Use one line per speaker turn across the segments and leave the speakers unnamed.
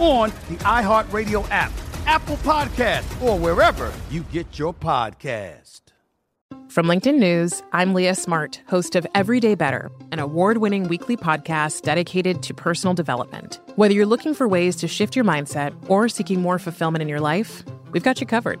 on the iHeartRadio app, Apple Podcast, or wherever you get your podcast.
From LinkedIn News, I'm Leah Smart, host of Everyday Better, an award winning weekly podcast dedicated to personal development. Whether you're looking for ways to shift your mindset or seeking more fulfillment in your life, we've got you covered.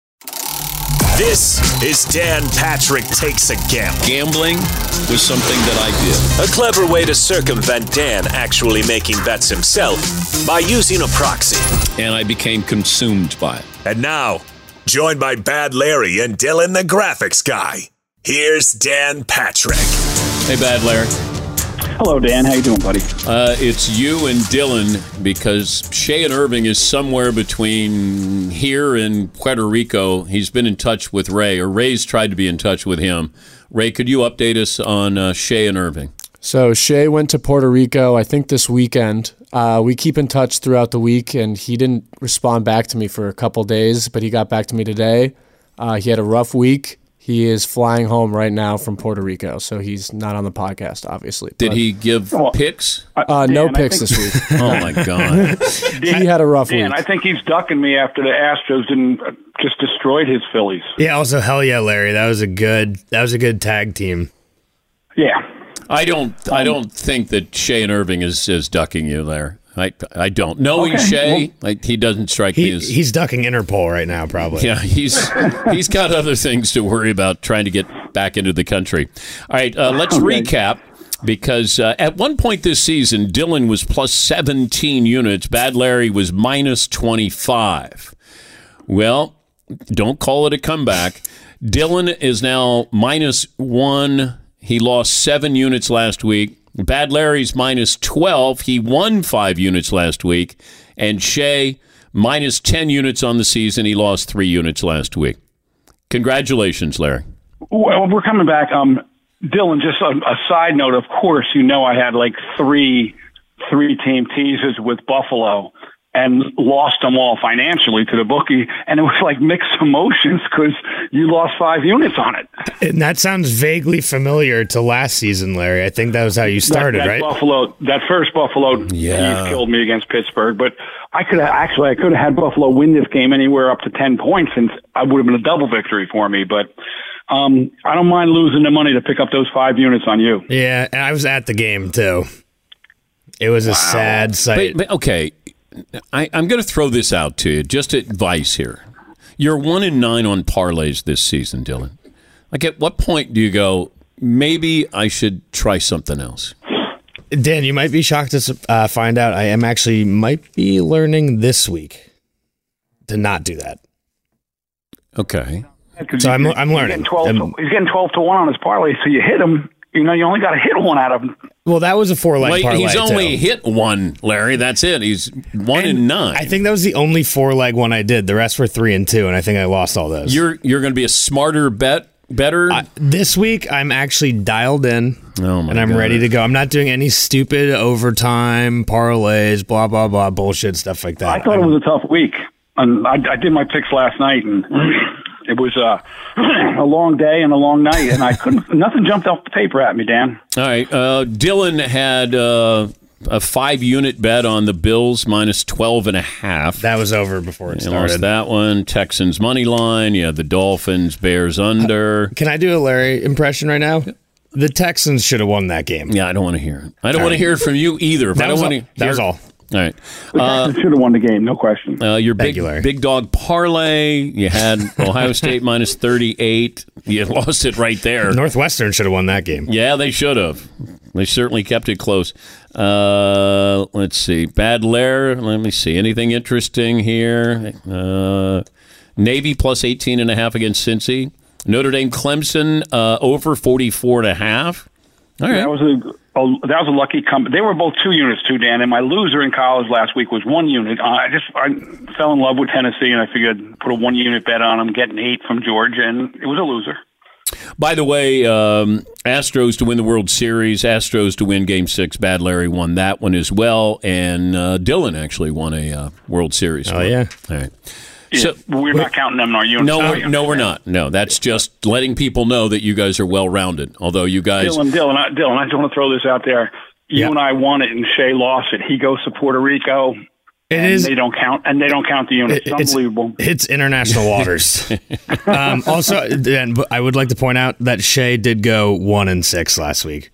This is Dan Patrick Takes a Gamble.
Gambling was something that I did.
A clever way to circumvent Dan actually making bets himself by using a proxy.
And I became consumed by it.
And now, joined by Bad Larry and Dylan the graphics guy, here's Dan Patrick.
Hey, Bad Larry.
Hello, Dan. How you doing, buddy?
Uh, it's you and Dylan because Shea and Irving is somewhere between here and Puerto Rico. He's been in touch with Ray, or Ray's tried to be in touch with him. Ray, could you update us on uh, Shea and Irving?
So Shea went to Puerto Rico, I think this weekend. Uh, we keep in touch throughout the week, and he didn't respond back to me for a couple days, but he got back to me today. Uh, he had a rough week. He is flying home right now from Puerto Rico, so he's not on the podcast, obviously.
Did
Uh,
But,
he give picks?
Uh, no
Dan, I
picks
think-
this week.
Oh, my God.
he had a rough
Dan,
week.
I think he's ducking me after the Astros didn't uh, just destroyed his Phillies.
Yeah, also hell yeah, Larry. That was a good that was a good tag team.
Yeah.
I don't. I don't think that Shea and Irving is, is ducking you there. I I don't. Knowing Shea, like, he doesn't strike me
He
as.
he's ducking Interpol right now, probably.
yeah, he's he's got other things to worry about trying to get back into the country. All right, uh, let's recap because uh, at one point this season, Dylan was plus 17 units. Bad Larry was minus 25. Well, don't call it a comeback. Dylan is now minus one. He lost seven units last week. Bad Larry's minus 12. He won five units last week. And Shea, minus 10 units on the season. He lost three units last week. Congratulations, Larry.
Well, we're coming back. Um, Dylan, just a, a side note. Of course, you know I had like three three team teases with Buffalo and lost them all financially to the bookie, and it was like mixed emotions because you lost five units on it.
And that sounds vaguely familiar to last season, Larry. I think that was how you started,
that, that
right?
Buffalo, that first Buffalo
Yeah.
tease killed me against Pittsburgh. But I could have actually, I could have had Buffalo win this game anywhere up to ten points, and I would have been a double victory for me. But um, I don't mind losing the money to pick up those five units on you.
Yeah, and I was at the game too. It was a sad sight.
But, but okay, I, I'm going to throw this out to you. Just advice here. You're one in nine on parlays this season, Dylan. Like, at what point do you go? Maybe I should try something else.
Dan, you might be shocked to uh, find out I am actually might be learning this week to not do that.
Okay.
So I'm I'm
He's
learning.
getting twelve.
Um,
he's getting twelve to one on his parlay, so you hit him. You know, you only got to hit one out of them.
well, that was a four leg
Wait,
parlay.
he's only
too.
hit one, Larry. That's it. He's one in
And
nine.
I think that was the only four leg one I did. The rest were three and two, and I think I lost all those.
you're you're going to be a smarter bet, better.
I, this week, I'm actually dialed in,
Oh, my
and I'm
God.
ready to go. I'm not doing any stupid overtime parlays, blah blah blah, bullshit stuff like
I
that.
thought it
I'm-
was a tough week, and I, I did my picks last night, and it was uh, a long day and a long night, and I couldn't. nothing jumped off the paper at me, Dan.
All right. Uh, Dylan had uh, a five unit bet on the Bills minus 12 and a half.
That was over before it
You lost
started.
that one. Texans money line. You had the Dolphins, Bears under.
Can I do a Larry impression right now? The Texans should have won that game.
Yeah, I don't want to hear it. I don't want to hear it from you either. but
That
I don't
was
want
all-
to.
that was all.
All right.
The Texans should have won the game, no question.
Uh, your
Thank
big
you, Larry.
big dog parlay. You had Ohio State minus thirty eight. You lost it right there.
Northwestern should have won that game.
Yeah, they should have. They certainly kept it close. Uh, let's see. Bad Lair. Let me see. Anything interesting here? Uh, Navy plus 18 and a half against Cincy. Notre Dame Clemson uh, over 44 and a half. All right.
That was a, a that was a lucky company. They were both two units too, Dan. And my loser in college last week was one unit. Uh, I just I fell in love with Tennessee, and I figured put a one unit bet on them, getting eight from Georgia, and it was a loser.
By the way, um, Astros to win the World Series, Astros to win Game Six. Bad Larry won that one as well, and uh, Dylan actually won a uh, World Series.
Oh,
one.
yeah.
all right.
Yeah,
So
we're not counting them in our unit.
no, we're, no, we're not. No, that's just letting people know that you guys are well rounded. Although you guys,
Dylan, Dylan, I, Dylan. I just want to throw this out there. You
Yeah.
and I won it, and Shay lost it. He goes to Puerto Rico.
It
and
is.
They don't count, and they don't count the units.
it-
it's unbelievable.
It's international waters. um, also, and I would like to point out that Shea did go one and six last week.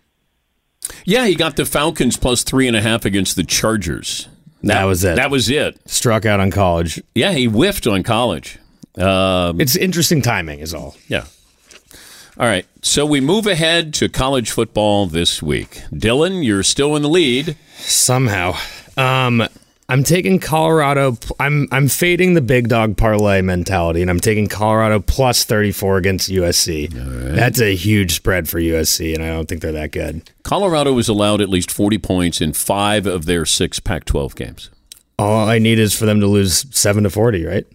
yeah, he got the Falcons plus three and a half against the Chargers.
That was it.
That was it.
Struck out on college.
Yeah, he whiffed on college. Um,
It's interesting timing, is all.
Yeah. All right. So we move ahead to college football this week. Dylan, you're still in the lead.
Somehow, um, I'm taking Colorado. I'm I'm fading the big dog parlay mentality, and I'm taking Colorado plus 34 against USC. That's a huge spread for USC, and I don't think they're that good.
Colorado was allowed at least 40 points in five of their six Pac 12 games,
All I need is for them to lose seven to 40, right?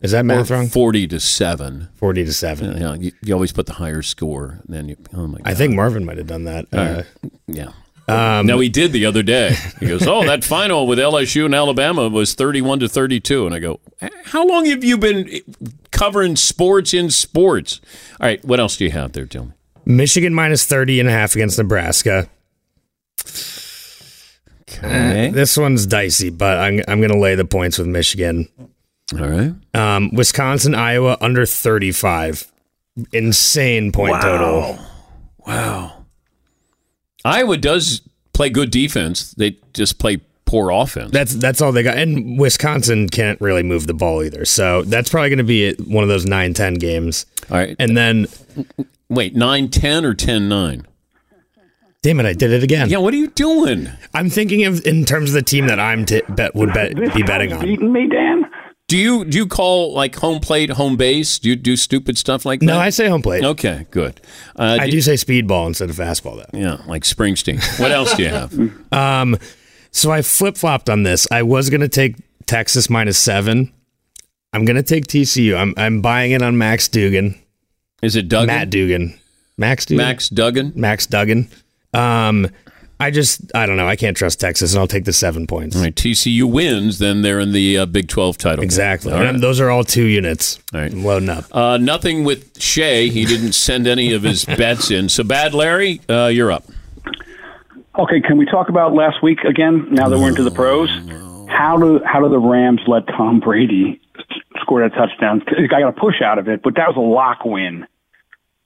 Is that
or
math wrong?
40 to 7.
40 to seven.
Yeah, you, you always put the higher score. And then you, oh my God.
I think Marvin might have done that. Uh,
Yeah.
Um,
no, he did the other day. He goes, "Oh, that final with LSU and Alabama was thirty-one to thirty-two." And I go, "How long have you been covering sports in sports?" All right, what else do you have there, Dylan?
Michigan minus 30 and a half against Nebraska.
Okay.
This one's dicey, but I'm, I'm going to lay the points with Michigan.
All right.
Um, Wisconsin, Iowa under 35. Insane point total.
Wow. Iowa does play good defense. They just play poor offense.
That's that's all they got. And Wisconsin can't really move the ball either. So that's probably going to be it- one of those 9 10 games.
All right.
And then,
Wait, 9 10 or 10 9?
damn it, I did it again.
Yeah, what are you doing?
I'm thinking of in terms of the team that I'm t- bet would bet be betting on.
Beating me, Dan.
Do you do you call like home plate, home base? Do you do stupid stuff like that?
No, I say home plate.
Okay, good. Uh,
I
do-
do say speedball instead of fastball, though.
Yeah, like Springsteen. What else do you have?
So I flip flopped on this. I was gonna take Texas minus seven. I'm gonna take TCU. I'm I'm buying it on Max Dugan,
Is it Duggan?
Matt Dugan, Max Dugan,
Max Duggan?
Max Duggan. Um, I just I don't know. I can't trust Texas, and I'll take the seven points.
All right, TCU wins, then they're in the uh, Big 12 title. game.
Exactly.
All
And
right.
I'm- Those are all two units.
All right.
I'm loading up.
Uh, nothing with Shea. He didn't send any of his bets in. So, Bad Larry, uh, you're up.
Okay, can we talk about last week again? Now that we're into the pros, how do how do the Rams let Tom Brady score that touchdown? I got a push out of it, but that was a lock win.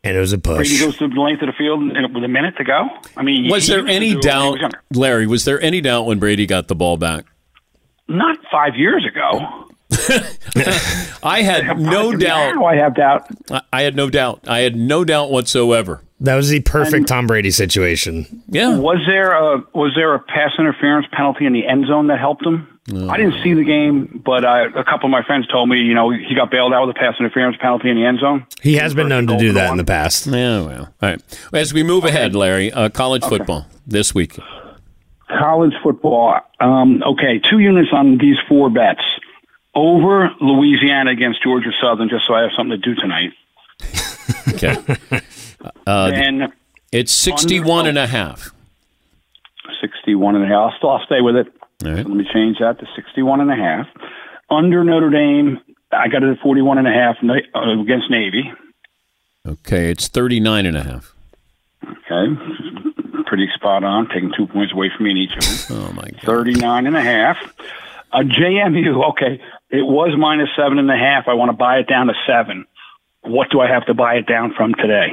And it was a
Brady
push.
goes to the length of the field and with a minute to go. I mean,
Was
he-
there
he
any
was younger.
doubt, Larry? Was there any doubt when Brady got the ball back?
Not five years ago.
I had no
Now
doubt.
I have doubt.
I- I had no doubt. I had no doubt whatsoever.
That was the perfect Tom Brady situation.
Yeah.
Was there a was there a pass interference penalty in the end zone that helped him? I didn't see the game, but I, a couple of my friends told me, you know, he got bailed out with a pass interference penalty in the end zone.
He has been known to do that in the past.
Yeah. Well. All right. As we move ahead, Larry, uh, college football this week.
College football. Um, okay, two units on these four bets. Over Louisiana against Georgia Southern, just so I have something to do tonight.
Okay.
then
It's 61 and a half.
61 and a half. I'll, still, I'll stay with it.
All right.
Let me change that to 61 and a half. Under Notre Dame, I got it at 41 and a half na- uh, against Navy.
Okay. It's 39 and a half.
Okay. pretty spot on, taking two points away from me in each of them.
Oh my god.
39 and a half. Uh, JMU, okay, it was minus seven and a half. I want to buy it down to seven. What do I have to buy it down from today?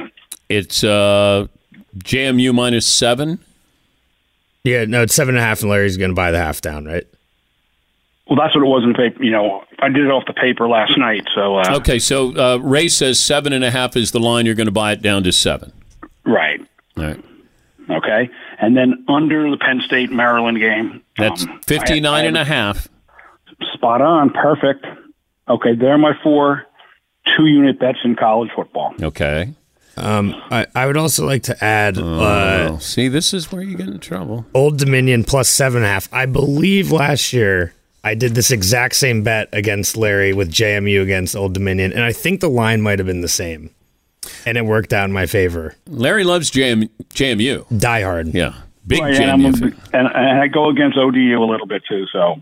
It's uh, JMU minus seven.
Yeah, no, it's seven and a half, and Larry's going to buy the half down, right?
Well, that's what it was in the paper. You know, I did it off the paper last night. So, uh,
Okay, so uh, Ray says seven and a half is the line. You're going to buy it down to seven.
right.
All right.
Okay. And then under the Penn State Maryland game.
That's
um, I-
fifty nine and a half.
Spot on. Perfect. Okay. There are my four two unit bets in college football.
Okay.
Um, I, I would also like to add uh,
Well, Oh, see, this is where you get in trouble.
Old Dominion plus seven and a half. I believe last year I did this exact same bet against Larry with JMU against Old Dominion, and I think the line might have been the same, and it worked out in my favor.
Larry loves JM, JMU.
Die hard.
Yeah. Big
Right, and, I'm
JMU.
a-
fan.
and, and I go against ODU a little bit too. So,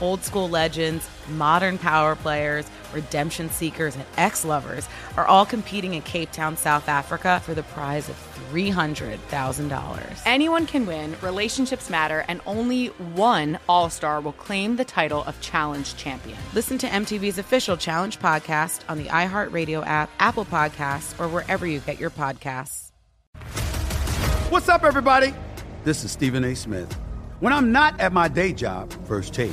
Old school legends, modern power players, redemption seekers, and ex lovers are all competing in Cape Town, South Africa for the prize of $300,000.
Anyone can win, relationships matter, and only one All Star will claim the title of challenge champion.
Listen to MTV's official challenge podcast on the iHeartRadio app, Apple Podcasts, or wherever you get your podcasts.
What's up, everybody? This is Stephen A. Smith. When I'm not at my day job, first take,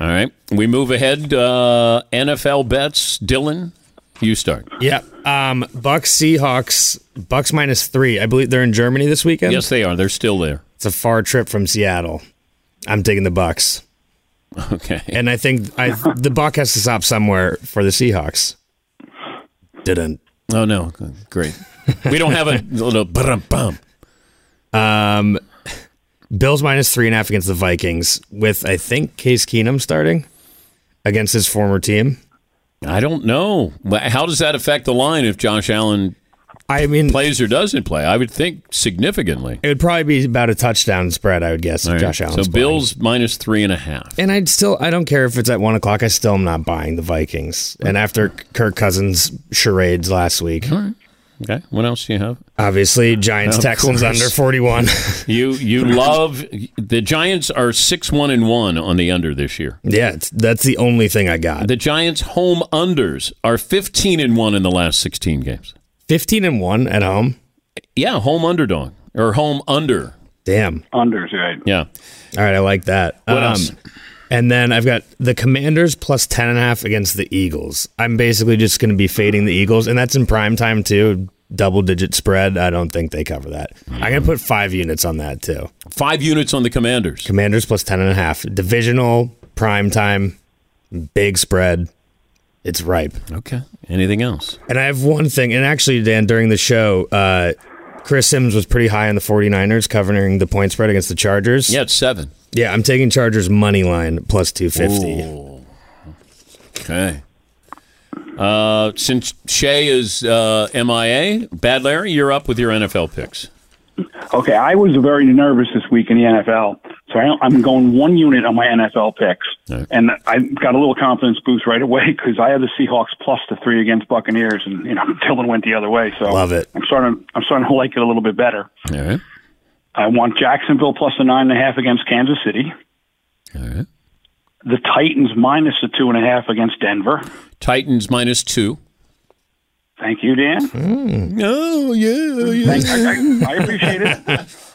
All right. We move ahead. Uh, NFL bets. Dylan, you start.
Yeah. Um, Bucks Seahawks Bucks minus three. I believe they're in Germany this weekend.
Yes, they are. They're still there.
It's a far trip from Seattle. I'm taking the Bucks,
Okay.
and I think I the Buck has to stop somewhere for the Seahawks. Didn't.
Oh, no. Great. We don't have a little bum bum.
Um, Bills minus three and a half against the Vikings with I think Case Keenum starting against his former team.
I don't know. But How does that affect the line if Josh Allen
I mean,
plays or doesn't play? I would think significantly.
it would probably be about a touchdown spread. I would guess. if
All right.
Josh Allen.
So Bills minus three and a half.
And I'd still, I don't care if it's at one o'clock. I still am not buying the Vikings. And after Kirk Cousins charades last week,
Okay. What else do you have?
Obviously, Giants
Of
Texans
course.
under 41.
you you love the Giants are six one and one on the under this year.
yeah, it's, that's the only thing I got.
The Giants home unders are fifteen and one in the last sixteen games.
15 and 1 at home.
Yeah, home underdog or home under.
Damn.
Unders, right?
Yeah.
All right, I like that. Um,
What else?
And then I've got the Commanders plus 10.5 against the Eagles. I'm basically just going to be fading the Eagles, and that's in prime time, too. Double digit spread. I don't think they cover that. I'm going to put five units on that, too.
Five units on the Commanders.
Commanders plus 10.5. Divisional, prime time, big spread. It's ripe.
Okay. Anything else?
And I have one thing, and actually, Dan, during the show, uh, Chris Sims was pretty high on the 49ers covering the point spread against the Chargers.
Yeah, it's seven.
Yeah, I'm taking Chargers money line plus 250.
Okay. Uh, since Shea is uh, MIA, Bad Larry, you're up with your NFL picks.
Okay, I was very nervous this week in the NFL, so I, I'm going one unit on my NFL picks, and I got a little confidence boost right away because I had the Seahawks plus the three against Buccaneers, and you know Dylan went the other way, so
Love it.
I'm starting. I'm starting to like it a little bit better.
All right.
I want Jacksonville plus the nine and a half against Kansas City. The Titans minus the two and a half against Denver.
Titans minus two.
Thank you, Dan.
Oh, yeah.
Thank- I, I, I appreciate it.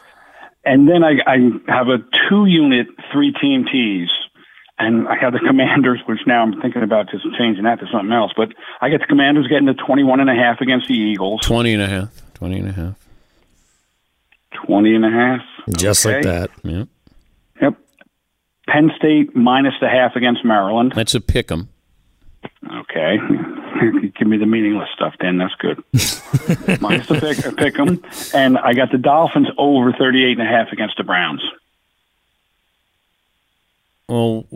And then I, I have a two-unit, three-team tease, and I have the Commanders, which now I'm thinking about just changing that to something else. But I get the Commanders getting to 21 and a half against the Eagles.
20 and a half. 20 and a half.
20 and a half.
Just
Okay.
like that.
Yeah.
Yep. Penn State minus the half against Maryland.
That's a pick 'em.
Okay. Give me the meaningless stuff, Dan. That's good. minus the pick, uh, pick 'em. And I got the Dolphins over 38 and a half against the Browns.
Well,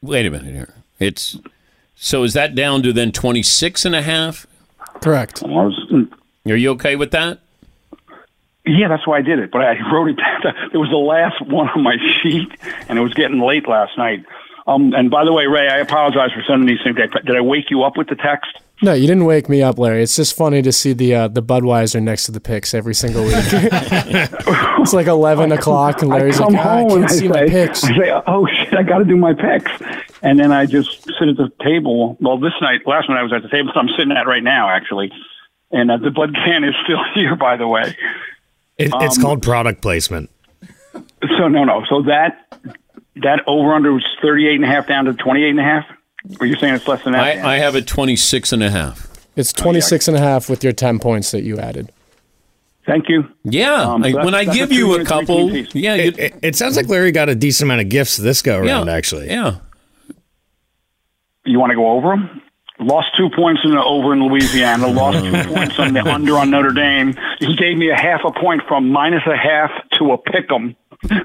wait a minute here. It's so is that down to then 26 and a half?
Correct.
mm,
Are you okay with that?
Yeah, that's why I did it. But I wrote it down. It was the last one on my sheet, and it was getting late last night. Um, and by the way, Ray, I apologize for sending these things. Did I- Did I wake you up with the text?
No, you didn't wake me up, Larry. It's just funny to see the uh, the Budweiser next to the picks every single week. it's like eleven o'clock, and Larry's
I come
like, "Ah, I
home and
can't
I
see
say,
my picks.
I say, oh shit, I got to do my picks. And then I just sit at the table. Well, this night, last night I was at the table that I'm sitting at right now, actually. And uh, the Bud can is still here, by the way.
It, it's
Um,
called product placement.
So no, no. So that that over under was 38 and a half down to 28 and a half. Or you're saying it's less than that? Dan?
I, I have it 26 and a half.
It's 26 and a half with your 10 points that you added.
Thank you.
Yeah.
Um,
I-
so that's-
when I
that's a
give you a
two-unit,
couple,
three-team piece.
yeah,
It, it- it sounds like Larry got a decent amount of gifts this go around, actually.
Yeah.
You want to go over them? Lost two points in the over in Louisiana. Lost two points on the under on Notre Dame. He gave me a half a point from minus a half to a pick 'em.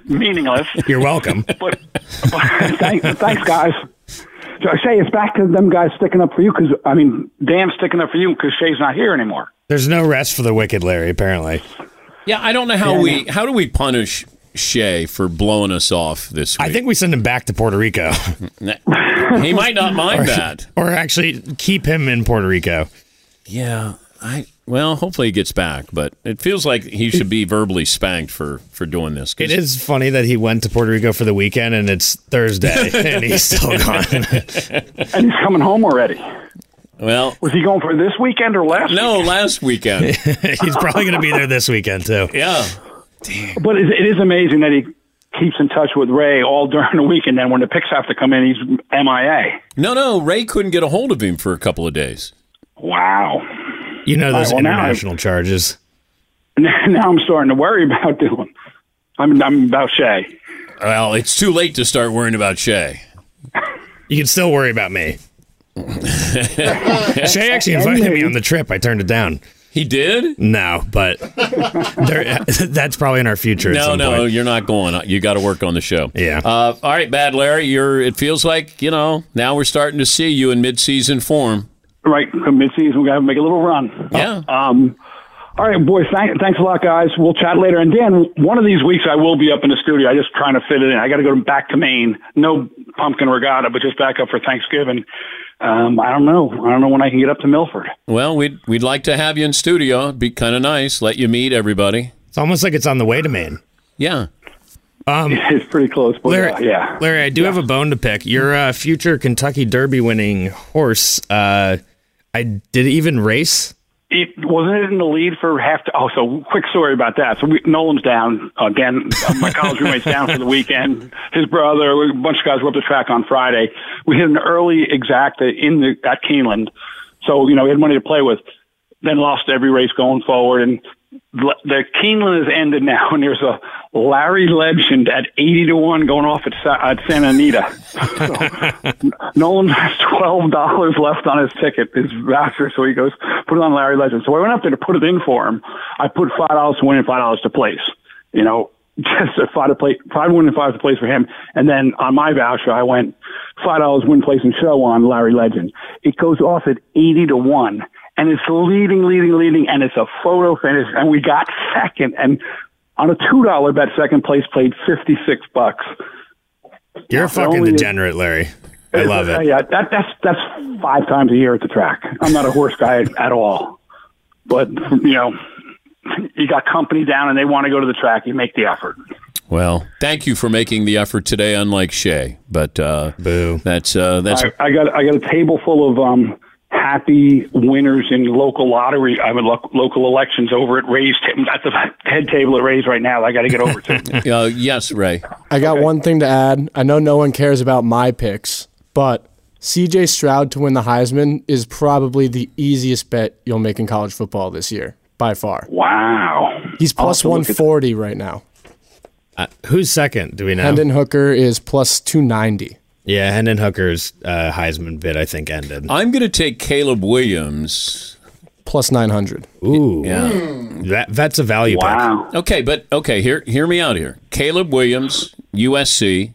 Meaningless.
You're welcome.
But, but thanks, thanks, guys. So I say it's back to them guys sticking up for you because I mean Dan's sticking up for you because Shay's not here anymore.
There's no rest for the wicked, Larry, apparently.
Yeah, I don't know how
Yeah, I
we how do we punish Shea for blowing us off this week.
I think we send him back to Puerto Rico.
he might not mind
Or-
that.
Or actually keep him in Puerto Rico.
Yeah, I well, hopefully he gets back, but it feels like he should be verbally spanked for for doing this. 'cause-
It is funny that he went to Puerto Rico for the weekend and it's Thursday and he's still gone.
And he's coming home already.
Well,
was he going for this weekend or last?
No, last weekend.
he's probably going to be there this weekend too.
Yeah.
But it, it is amazing that he keeps in touch with Ray all during the week, and then when the picks have to come in, he's MIA.
No, no, Ray couldn't get a hold of him for a couple of days.
Wow.
You know
those All right, well, now I-
international charges.
Now I'm starting to worry about Dylan. I'm, I'm about Shay.
Well, it's too late to start worrying about Shay.
You can still worry about me. Shay actually invited me on the trip. I turned it down.
He did?
No, but there, that's probably in our future. at
No,
some
no,
point.
you're not going. You got to work on the show.
Yeah.
Uh, all right, Bad Larry, you're. It feels like you know now we're starting to see you in mid-season form.
Right, from midseason, we got to make a little run.
Yeah.
Um, all right, boys. Thank, thanks a lot, guys. We'll chat later. And Dan, one of these weeks I will be up in the studio. I just trying to fit it in. I got to go back to Maine. No pumpkin regatta, but just back up for Thanksgiving. Um, I don't know. I don't know when I can get up to Milford.
Well, we'd we'd like to have you in studio. It'd be kind of nice. Let you meet everybody.
It's almost like it's on the way to Maine.
Yeah.
Um,
it's pretty close, but
Larry,
yeah, yeah.
Larry, I do have a bone to pick. Your uh, future Kentucky Derby winning horse. Uh, I did it even race.
It wasn't it in the lead for half. To, oh, so quick story about that. So we, Nolan's down uh, Dan, uh, my college roommate's down for the weekend. His brother, a bunch of guys were up the track on Friday. We hit an early exacta in the at Keeneland, so you know we had money to play with. Then lost every race going forward, and le- the Keeneland has ended now, and there's a Larry Legend at eighty to one going off at, Sa- at Santa Anita. Nolan has twelve dollars left on his ticket, his voucher, so he goes, put it on Larry Legend. So I went up there to put it in for him. I put five dollars to win and five dollars to place. You know, just a five to play five to win and five to place for him. And then on my voucher I went five dollars win place and show on Larry Legend. It goes off at eighty to one. And it's leading, leading, leading, and it's a photo finish, and we got second. And on a two dollar bet, second place played fifty six bucks.
You're a
After
fucking
only-
degenerate, Larry. I love it.
Yeah, that, that's that's five times a year at the track. I'm not a horse guy at all, but you know, you got company down and they want to go to the track. You make the effort.
Well, thank you for making the effort today. Unlike Shay, but uh,
boo.
That's uh, that's
I, I got I got a table full of um happy winners in local lottery. I mean, lo- local elections over at Ray's. Ta- at the head table at Ray's right now. I got to get over to.
uh, yes, Ray.
I got one thing to add. I know no one cares about my picks, but CJ Stroud to win the Heisman is probably the easiest bet you'll make in college football this year by far.
Wow.
He's
I'll
plus
have to look at-
140 right now.
Uh, who's second? Do we know?
Hendon Hooker is plus 290.
Yeah, Hendon Hooker's uh, Heisman bid, I think, ended.
I'm going to take Caleb Williams.
Plus 900.
Ooh.
Yeah.
That, that's a value
wow.
Okay, but okay, hear hear me out here. Caleb Williams, USC.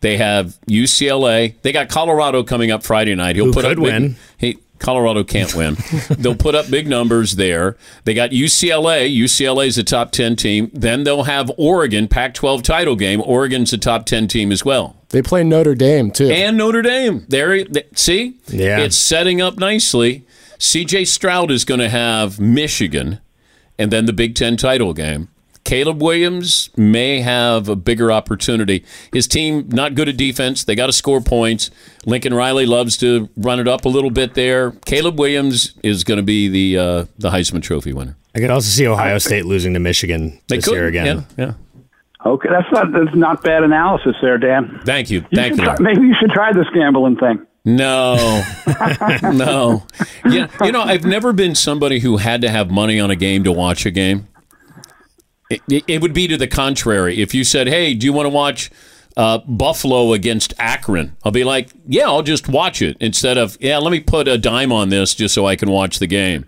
They have UCLA. They got Colorado coming up Friday night. He'll
Who
put
could
up big-
win.
He, Colorado can't win. they'll put up big numbers there. They got UCLA. UCLA's a top ten team. Then they'll have Oregon, Pac-12 title game. Oregon's a top ten team as well.
They play Notre Dame, too.
And Notre Dame. There, th- see,
Yeah.
it's setting up nicely. C.J. Stroud is going to have Michigan, and then the Big Ten title game. Caleb Williams may have a bigger opportunity. His team not good at defense. They got to score points. Lincoln Riley loves to run it up a little bit there. Caleb Williams is going to be the uh, the Heisman Trophy winner.
I could also see Ohio State losing to Michigan
They
this
could,
year again.
Yeah,
Okay, that's not that's not bad analysis there, Dan.
Thank you.
You
Thank
should
you.
try- maybe you should try this gambling thing.
No, no. Yeah, you know, I've never been somebody who had to have money on a game to watch a game. It, it, it would be to the contrary. If you said, "Hey, do you want to watch uh, Buffalo against Akron?" I'll be like, "Yeah, I'll just watch it." Instead of, "Yeah, let me put a dime on this just so I can watch the game."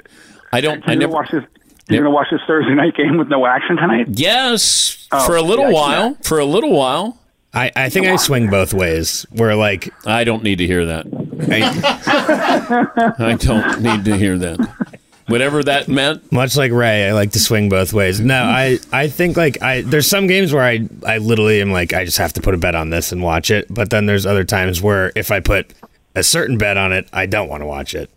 I don't. I
You're
never.
gonna watch this. You're gonna watch this Thursday night game with no action tonight.
Yes,
Oh,
for a little
yeah, I
while. For a little while.
I, I think I swing both ways. Where like
I don't need to hear that.
I,
I don't need to hear that. Whatever that meant.
much like Ray, I like to swing both ways. No, I, I think like I there's some games where I I literally am like I just have to put a bet on this and watch it. But then there's other times where if I put a certain bet on it, I don't want to watch it.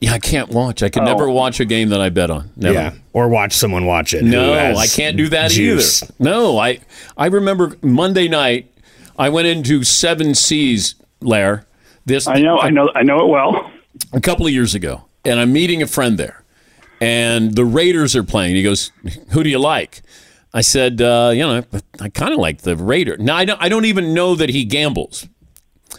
Yeah, I can't watch. I can
Oh.
never watch a game that I bet on. Never.
Yeah, or watch someone watch it. who
No,
has
I can't do that
juice.
either. No, I I remember Monday night I went into Seven Seas Lair. This
I know, I know, I know it well.
a couple of years ago, and I'm meeting a friend there, and the Raiders are playing. He goes, "Who do you like?" I said, uh, "You know, I, I kind of like the Raider." Now I don't, I don't even know that he gambles.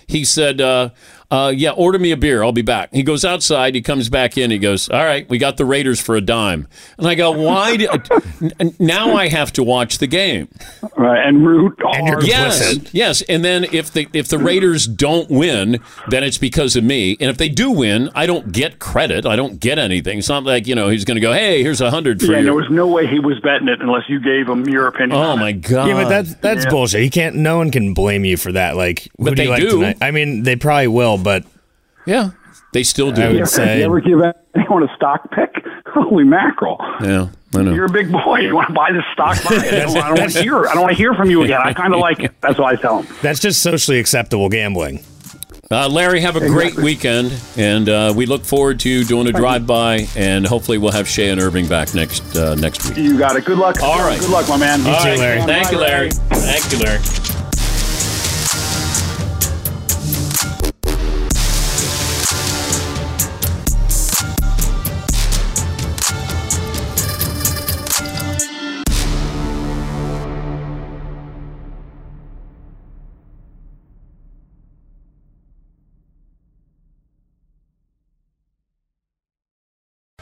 He said, uh, uh, "Yeah, order me a beer. I'll be back." He goes outside. He comes back in. He goes, "All right, we got the Raiders for a dime." And I go, "Why?" Do, n- n- now I have to watch the game.
Right, and root hard.
Yes, yes. And then if the if the Raiders don't win, then it's because of me. And if they do win, I don't get credit. I don't get anything. It's not like you know he's going to go, hey, here's a hundred for
Yeah,
you.
there was no way he was betting it unless you gave him your opinion.
oh my god!
Yeah, but that's that's
Yeah.
bullshit. You can't. No one can blame you for that. Like, who
But
do you
they
like
do.
tonight? I mean, they probably will, but
yeah. They still do.
I would
You ever,
say
you ever give anyone a stock pick? holy mackerel.
Yeah, I know.
You're a big boy. You want to buy this stock? Buy it. I don't, I don't want to hear. I don't want to hear from you again. I kind of like it. That's why I tell them.
That's just socially acceptable gambling.
Uh, Larry, have a great weekend, and uh, we look forward to doing a drive-by, and hopefully we'll have Shea and Irving back next uh, next week.
You got it. Good luck. All
right.
Good luck, my man.
All right. Thank you, Larry. Thank you, Larry.